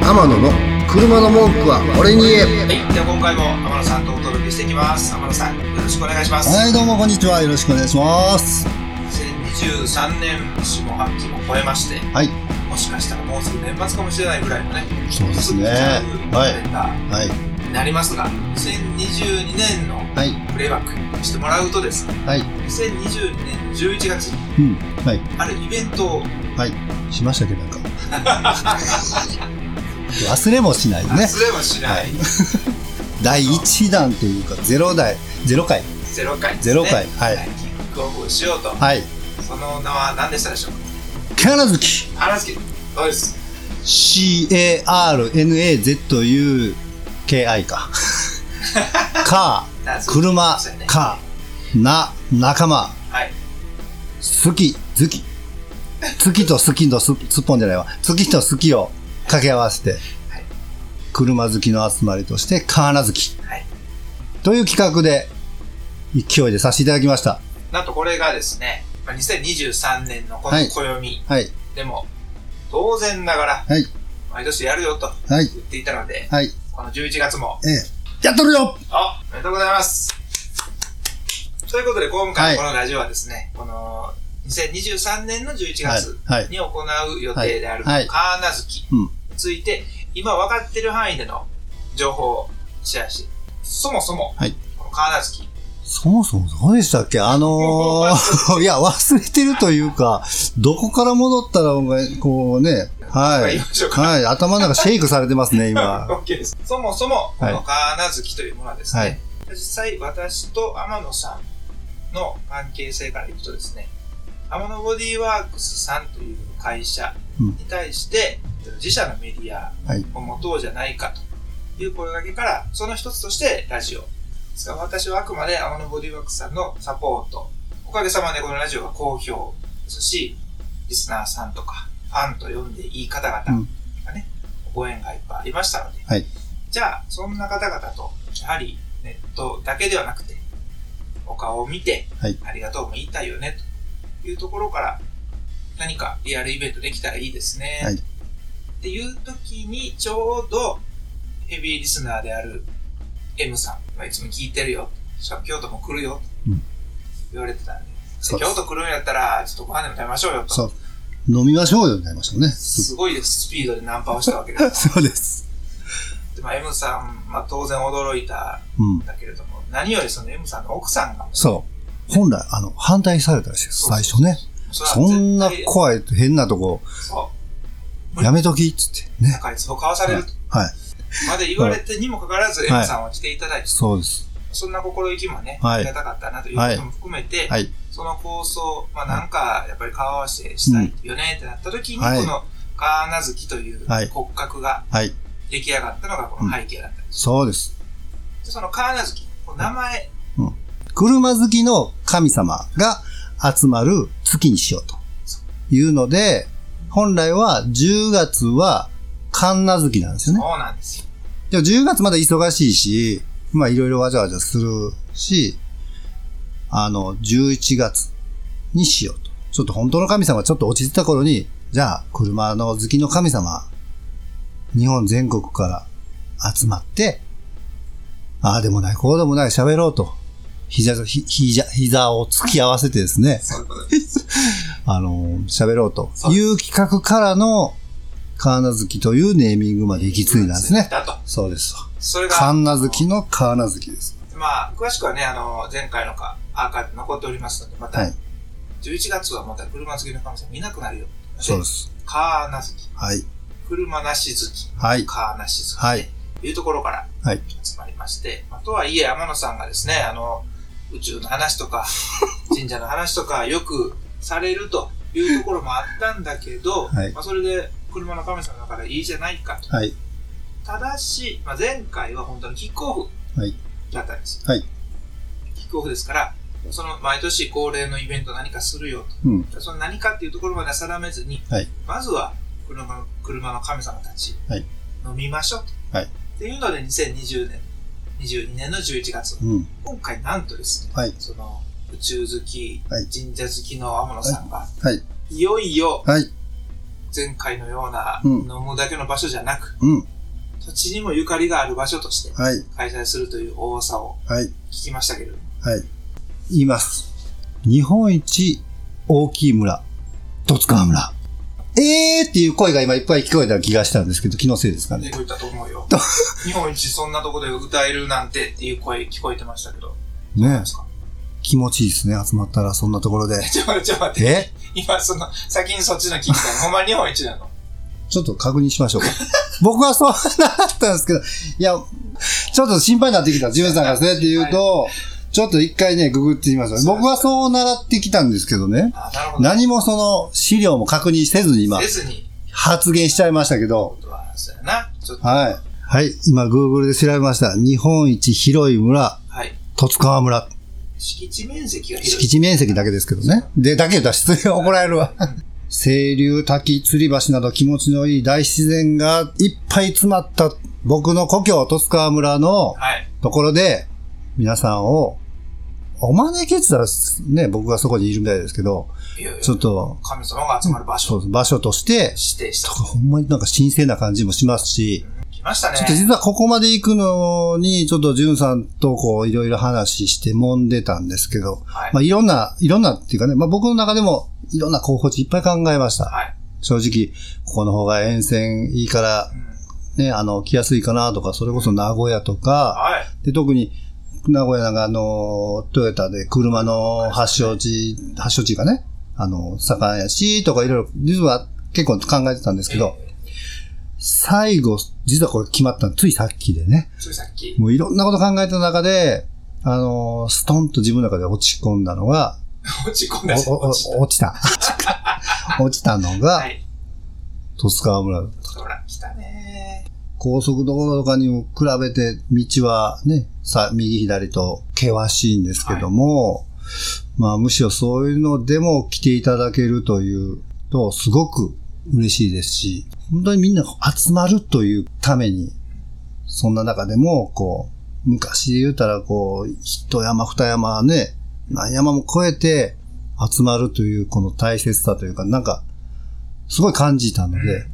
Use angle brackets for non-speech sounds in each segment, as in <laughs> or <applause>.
天野の車の文句は俺に言えはい、じゃあ今回も天野さんとお届けしていきます。天野さん、よろしくお願いします。はい、どうもこんにちは。よろしくお願いします。 2023年下半期も超えまして、はい、もしかしたらもうすぐ年末かもしれないぐらいのね、そうですね。は、はいはい、い。になりますが、2022年のはい、プレイバックしてもらうとですね、はい、 2022年11月にうん、はい、あるイベントをしましたっけどなんか。 <laughs> 忘れもしないね。忘れはしない、第1弾というか、ゼロ台、ゼロ回。ゼロ回ですね。ゼロ回はいキックオフをしようと。はい、その名は何でしたでしょうか金月原月、どうです !C-A-R-N-A-Z-U-K-I か。カー、車、カー、な、仲間、はい。好き、好き。月と好きのす、すっぽんじゃないわ。月と好きを掛け合わせてはい、車好きの集まりとして、カーナ好き。はいという企画で、勢いでさせていただきました。なんとこれがですね、まあ2023年のこはのい暦はい、でも、当然ながら、はい毎年やるよとはい、言っていたので、はい、この11月も、ええ。やっとるよあおめでとうございますということで、今は回いこのラジオはですね、この2023年の11月はいはいに行う予定である、はいはいカーナズキうんについて、今分かってる範囲での情報をシェアして、そもそも、はいこのカーナズキ、そもそもどうでしたっけあの <laughs> ー、いや、忘れてるというか、どこから戻ったら、お前こうね、は言いいま。しょうか。はい、頭の中シェイクされてますね、 <laughs> 今。 OK です。そもそも、こはいのカーナズキというものはですね、はい実際私と天野さんの関係性からいくとですね、天野ボディーワークスさんという会社に対して、自社のメディアはいを持とうじゃないかという声掛けから、その一つとしてラジオ。ですから私はあくまで天野ボディーワークスさんのサポート。おかげさまでこのラジオが好評ですし、リスナーさんとか、ファンと呼んでいい方々がね、ご縁がいっぱいありましたので、はいじゃあ、そんな方々と、やはりネットだけではなくて、お顔を見て、はいありがとうも言いたいよね、というところから、何かリアルイベントできたらいいですね、はいっていう時に、ちょうど、ヘビーリスナーである M さんはいつも聞いてるよ、京都も来るよ、うん言われてたんで、そうです京都来るんやったら、ちょっとご飯でも食べましょうよ、と。そう。飲みましょうよ、になりましたね。すごいスピードでナンパをしたわけです。 <laughs> そうです。 <laughs> でまあ、M さん、まあ、当然驚いたうんん。だけれども、何よりその M さんの奥さんが、そう。本来、あの、反対されたらしいです、最初ね。そそんな子怖い、変なとこ、やめとき、つって。ね。中に壺買わされるとはい。まで言われてにもかかわらず、はい M さんは来ていただいて、そうです。そんな心意気もね、はいありがたかったなということも含めて、はい。その構想、まあ、なんか、やっぱり顔合わせしたいよねってなった時に、はいこの、カーナズキというはい骨格がはい。出来上がったのがこの背景だったんです。そうです。でそのカーナズキ、この名前、車好きの神様が集まる月にしようというので、本来は10月は神奈月なんですよね。そうなんですよ。でも10月まだ忙しいし、まあいろいろわちゃわちゃするし、あの、11月にしようと。ちょっと本当の神様がちょっと落ち着いた頃に、じゃあ車の好きの神様、日本全国から集まって、ああでもない、こうでもない、喋ろうと。膝、ひ膝、膝を突き合わせてですね、そういうことですあの、喋ろうという企画からの、カーナ月というネーミングまで行き着いたんですね。だと。そうです。それが、カンナ好きのカーナ好きです。まあ、詳しくはね、あの、前回のかアーカイブ残っておりますので、また、はい11月はまた車好きの神様いなくなるよ。。そうですす。カーナ好き、はい。車なし好き、はい。カーナし好き、はい。というところからはい集まりまして、まあ、とはいえ、天野さんがですね、あの、宇宙の話 <laughs> とか、神社の話とか、よくされるというところもあったんだけど、はいまあ、それで、車の神様だからいいじゃないかと。はい。ただし、まあ、前回は本当にキックオフはいだったんです。はいキックオフですから、その毎年恒例のイベント何かするようん。と。その何かっていうところまでは定めずに、はいまずは車の車の神様たち、はい飲みましょうと。はいっていうので、2020年、22年の11月、うん。今回なんとですね、はいその宇宙好き、はい神社好きの天野さんが、はい。いよいよはい。前回のようなうん飲むだけの場所じゃなく、うん。土地にもゆかりがある場所としてはい。開催するという大さをはい。聞きましたけれども、はい。言います。日本一大きい村、十津川村。えーっていう声が今いっぱい聞こえた気がしたんですけど、気のせいですかね、ね。こういったと思うよ。日本一そんなとこで歌えるなんてっていう声聞こえてましたけど。 <laughs> ねですか気持ちいいですね、集まったらそんなところで。ちょ、ちょ、待って。え今、その、先にそっちの聞きたい。ほんま日本一 <laughs> なの。ちょっと確認しましょうか。僕はそうなかったんですけど、いや、ちょっと心配になってきた。ジュンさんがそうやって言うと、ちょっと一回ね、ググってみましょう。僕はそう習ってきたんですけどね。あ、なるほど。何もその資料も確認せずに今デ、ィズニーって発言しちゃいましたけどこ。とは、そうやな。ちょっと、ははい。はい。今、Google で調べました。日本一広い村、い。十津川村。敷地面積が広い。敷地面積だけですけどね。で、だけ言ったら失礼怒られるわ。清流、滝、吊り橋など気持ちのいい大自然がいっぱい詰まった僕の故郷、十津川村のはい。ところで、皆さんをお招きって言ったらね、僕がそこにいるみたいですけど、いよいよちょっと、神様が集まる場そ所う場所として、指定した。ほんまになんか神聖な感じもしますし、来ましたねちょっ。と実はここまで行くのに、ちょっとジュンさんとこういろいろ話して揉んでたんですけど、はいまあいろんな、いろんなっていうかね、まあ僕の中でもいろんな候補地いっぱい考えました。はい。正直、ここの方が沿線いいからう、んね、あの、来やすいかなとか、それこそ名古屋とか、はい。で、特に、名古屋なんかあの、トヨタで車の発祥地、発祥地がね、あの、盛んやし、とかいろいろ、実は結構考えてたんですけど、最後、実はこれ決まったの、ついさっきでね。ついさっき。もういろんなこと考えた中で、あのーストンと自分の中で落ち込んだのが、落ち込んおだし。おお落ちた落ちた。 <laughs> 落ちたのがは、い。十津川村。ほら、来たね高速道路とかにも比べて、道はね、さ、右左と険しいんですけども、まあむしろそういうのでも来ていただけるというと、すごく嬉しいですし、本当にみんな集まるというために、そんな中でも、こう、昔で言うたら、こう、一山二山ね、何山も越えて集まるという、この大切さというか、なんか、すごい感じたので、う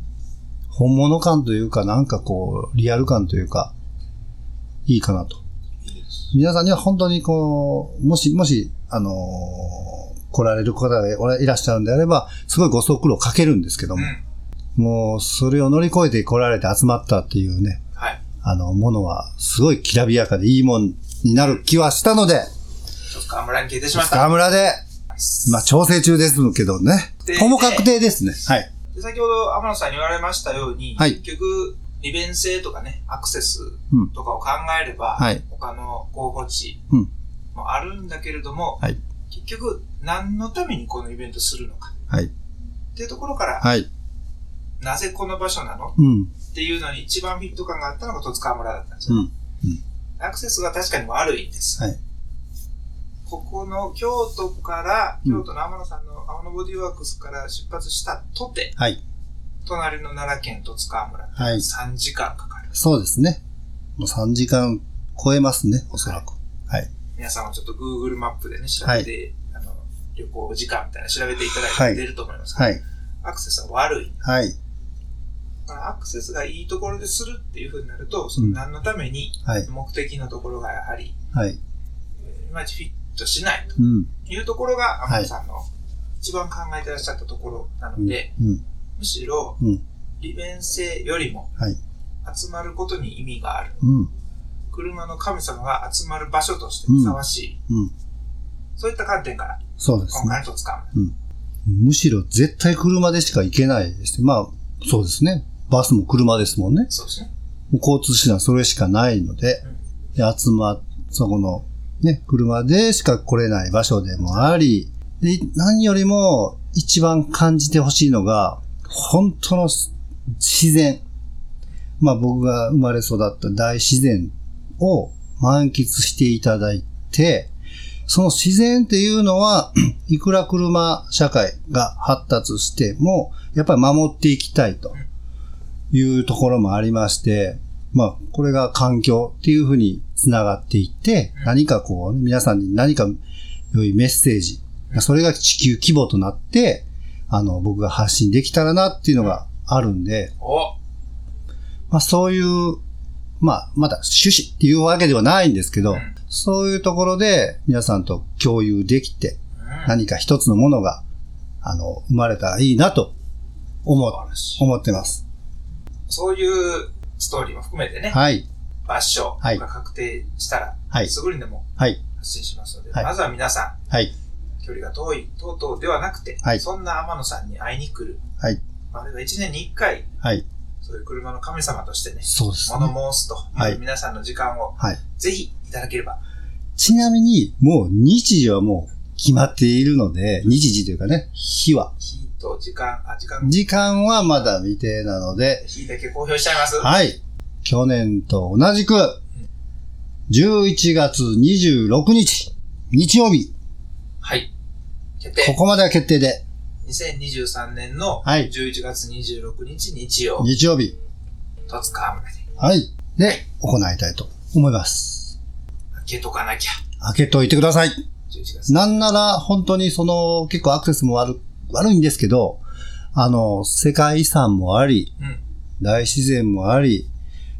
本物感というか、なんかこう、リアル感というか、いいかなと。いいです皆さんには本当にこう、もし、もし、あのー来られる方がおらいらっしゃるんであれば、すごいご足労かけるんですけどうんも、。もう、それを乗り越えて来られて集まったっていうね、はい。あの、ものは、すごいきらびやかでいいもんになる気はしたので、ちょっと河村に消えてしまった。塚村で、今、調整中ですけどねで。ほぼ確定ですね。はい。で先ほど天野さんに言われましたように、はい結局、利便性とかね、アクセスうん。とかを考えれば、はい他の候補地うんもあるんだけれども、はい結局、何のためにこのイベントするのかはい。っていうところから、はい。なぜこの場所なのうん。っていうのに一番フィット感があったのが戸塚村だったんですうよ。ん。アクセスが確かに悪いんです。はいここの京都から、うん京都の天野さんの天野ボディワークスから出発したとて、はい。隣の奈良県戸塚村、はい3時間かかる。そうですね。もう3時間超えますね、おそらく。はい。皆さんもちょっと Google マップでね、調べて、あの旅行時間みたいなの調べていただいたはらい出ると思います。はい。アクセスは悪い。はい。だからアクセスがいいところでするっていうふうになると、その何のためにはい。目的のところがやはり、はい。えーいまいちフィットしないとうん。いうところが、天野さんの一番考えてらっしゃったところなので、うん。むしろうん。利便性よりもはい。集まることに意味がある。うん。車の神様が集まる場所としてうんふさわしい。うん。そういった観点から、そうです今ね。回のつかむ。むしろ絶対車でしか行けないですね。まあ、そうですね。バスも車ですもんね。そうですね。交通手段それしかないので、で集まっ、そこの、ね、車でしか来れない場所でもあり、で、何よりも一番感じてほしいのが、本当のす自然。まあ僕が生まれ育った大自然を満喫していただいて、その自然っていうのは、 <clears throat> いくら車社会が発達しても、やっぱり守っていきたいというところもありまして、まあ、これが環境っていうふうにつながっていって、何かこう、皆さんに何か良いメッセージ、それが地球規模となって、あの、僕が発信できたらなっていうのがあるんで、おまあそういう、まあまだ趣旨っていうわけではないんですけど、うんそういうところで皆さんと共有できて、うん。何か一つのものが、あの、生まれたらいいなと思素晴らしい思ってます。そういうストーリーも含めてね、はい。場所はいが確定したら、はいすぐにでもはい。発信しますので、はいまずは皆さはい。ん、距離が遠い等々ではなくて、はいそんな天野さんに会いに来る、はい。まああれは1年に1回、はい。そういう車の神様としてね、そうですね。物申すとはいいう皆さんの時間をはい。ぜひいただければ、ちなみに、もう日時はもう決まっているので、日時というかね、日は。日と時間、あ、時間、時間はまだ未定なので、日だけ公表しちゃいます。はい。去年と同じく、11月26日、日曜日、はい。決こ定。こまでは決定で、 2023年のはい11月26日日曜、日曜日、戸塚浜ではい。で、行いたいと思います。開けとかなきゃ。開けといてください。 11月。なんなら、本当にその、結構アクセスも悪、悪いんですけど、あの、世界遺産もあり、うん。大自然もあり、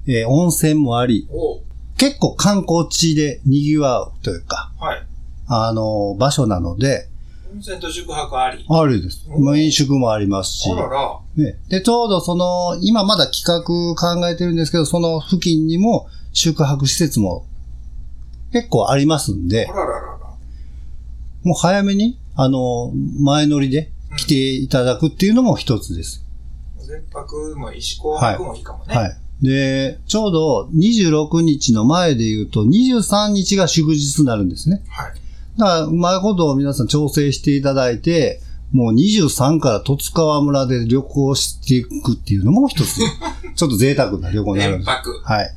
えー温泉もあり、おう結構観光地で賑わうというか、はい。あの、場所なので、温泉と宿泊あり。あるです。うんまあ飲食もありますしあ、らら。ね、で、ちょうどその、今まだ企画考えてるんですけど、その付近にも宿泊施設も結構ありますんであ、らららら。もう早めに、あの、前乗りで来ていただくっていうのも一つです。全泊もいいし、紅白もいいかもね。はい。で、ちょうど26日の前で言うと、23日が祝日になるんですね。はい。だから、うまいことを皆さん調整していただいて、もう23から十津川村で旅行していくっていうのも一つ、 <laughs> ちょっと贅沢な旅行になるん連です。泊。はい。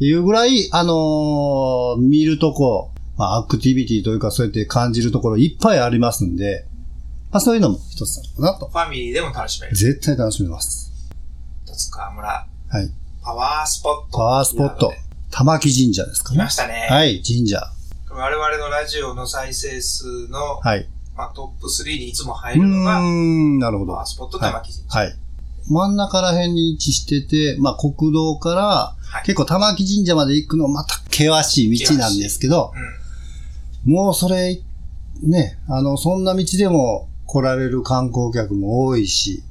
いうぐらい、あのー見るとこ、まあ、アクティビティというか、そうやって感じるところいっぱいありますんで、まあ、そういうのも一つなのかなと。ファミリーでも楽しめる。絶対楽しめます。戸塚村。はい。パワースポット。パワースポット。。玉木神社ですか来まね。したね。はい、神社。我々のラジオの再生数の、はい。まあ、トップ3にいつもう入ーるのが、ん、なるほパどワー。スポット玉城神社。はい。真ん中ら辺に位置してて、まあ国道からはい結構玉木神社まで行くのまた険しい道なんですけど、もうそれ、ね、あの、そんな道でも来られる観光客も多いし、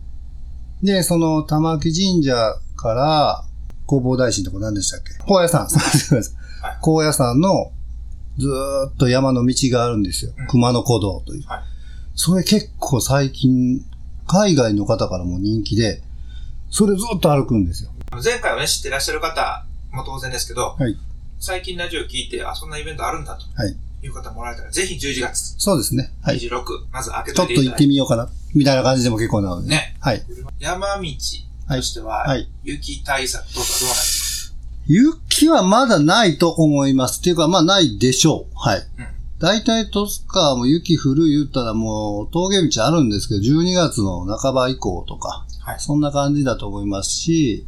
で、その玉木神社から弘法大師のとこ何でしたっけ高野山、すい <laughs> ませんすいませんはい。高野山のずーっと山の道があるんですようん。熊野古道という。はいそれ結構最近、海外の方からも人気で、それずっと歩くんですよ。うん。前回はね、知ってらっしゃる方も当然ですけど、はい最近ラジオ聞いて、あ、そんなイベントあるんだと。はいい。う方もおられたら、ぜひ11月そうですね。はい。ち26、まず開けょとっといてい行っただいてて。みようかな。みたいな感じでも結構なので。ね。はい。山道としては、はいはい雪対策とかどうなんです雪はまだないと思います。っていうか、まあないでしょう。はい。大体、トスカーも雪降る言ったらもう峠道あるんですけど、12月の半ば以降とか、か、はい。そんな感じだと思いますし、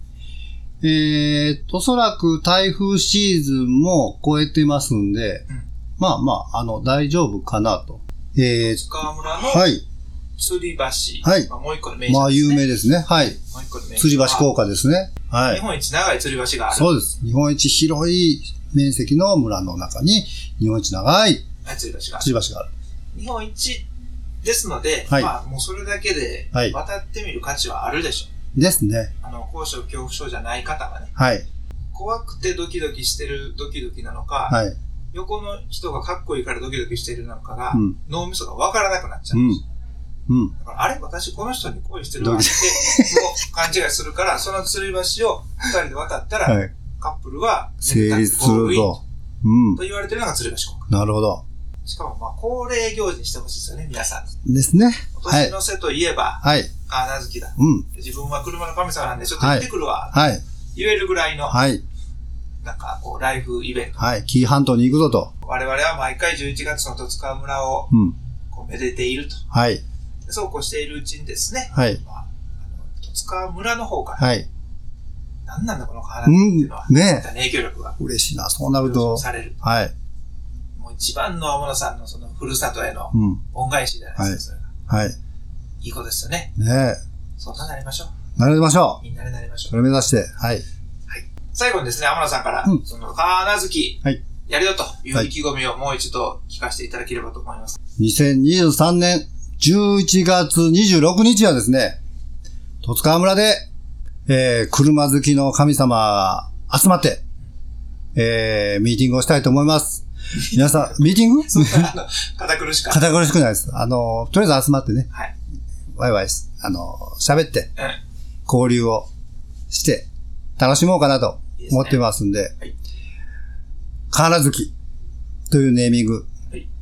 えー、おそらく台風シーズンも超えてますんで、うんまあまあ、あの、大丈夫かなと。えー、塚村のはい。吊り橋。はいまあ、もう一個の名所です、ね。まあ、有名ですね。はい。もう一個の名所。吊り橋効果ですね。は日い。本一長い吊り橋がある。そうです。日本一広い面積の村の中に、日本一長いはい吊り橋がある吊り橋がある。日本一ですので、はいまあ、もうそれだけではい渡ってみる価値はあるでしょですね。う。あの、高所恐怖症じゃない方がね、はい。怖くてドキドキしてるドキドキなのか、はい。横の人がかっこいいからドキドキしてるのかが、うん。脳みそがわからなくなっちゃううんんです。。うん。だからあれ私この人に恋してるわって、もう勘違いするから、その吊り橋を二人で渡ったら、はい。カップルは成立すゴールるインと。うんと。言われてるのが吊り橋効果。なるほど。しかも、まあ、恒例行事にしてほしいですよね、皆さん。ですね。はい年の瀬といえば、はい。ああ、なずきだ。うん。自分は車の神様なんで、ちょっと行ってくるわ。はい。言えるぐらいの、はい。なんか、こう、ライフイベント。はい。紀伊半島に行くぞと。我々は毎回11月の戸塚村を、うん。こう、めでていると。はい。でそうこうしているうちにですね、はい。まあ、あの、戸塚村の方から、はい。何なんだこのう花っていうんのは、。ねえ。影響力が嬉しいな。そうなる表彰と。される。はい。もう一番の天野さんのその、ふるさとへのうん。恩返しじゃないですか、それが。はい。いいことですよね。ねそんなになりましょう。え。なりましょう。みんなでなりましょうそ。れ目指して、はい。最後にですね、天野さんから、うんその、必ずき、はいやるよという意気込みをもう一度聞かせていただければと思います。 2023年11月26日はですね、戸塚村で、えー、車好きの神様が集まって、えー、ミーティングをしたいと思います。皆さん、ミーティングそんな、あの、堅苦しかった。堅苦しくないです。あの、とりあえず集まってね、はい。ワイワイし、あの、喋って、うん。交流をして、楽しもうかなと思ってますんで、はいカーラ好きというネーミング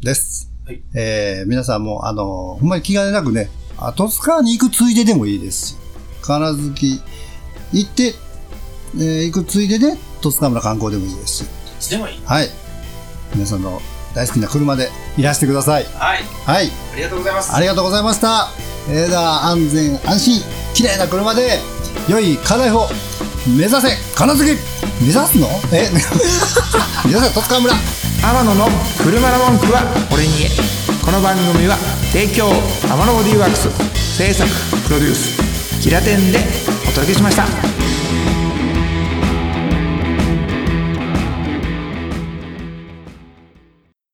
です。はいえー皆さんも、あの、ほんまに気兼ねなくね、あ戸塚に行くついででもいいですし、カーラ好き行って、えー行くついでで、戸塚村観光でもいいですし、いつでもいい。はい。皆さんの大好きな車でいらしてください。はい。はい。ありがとうございます。ありがとうございました。えー、では安全安心綺麗な車で良い課題を目指せ金月目指すの？え <laughs> 目指せ戸塚村。天野の車の文句は俺に言えこの番組は提供天野ボディーワークス制作プロデュースキラテンでお届けしました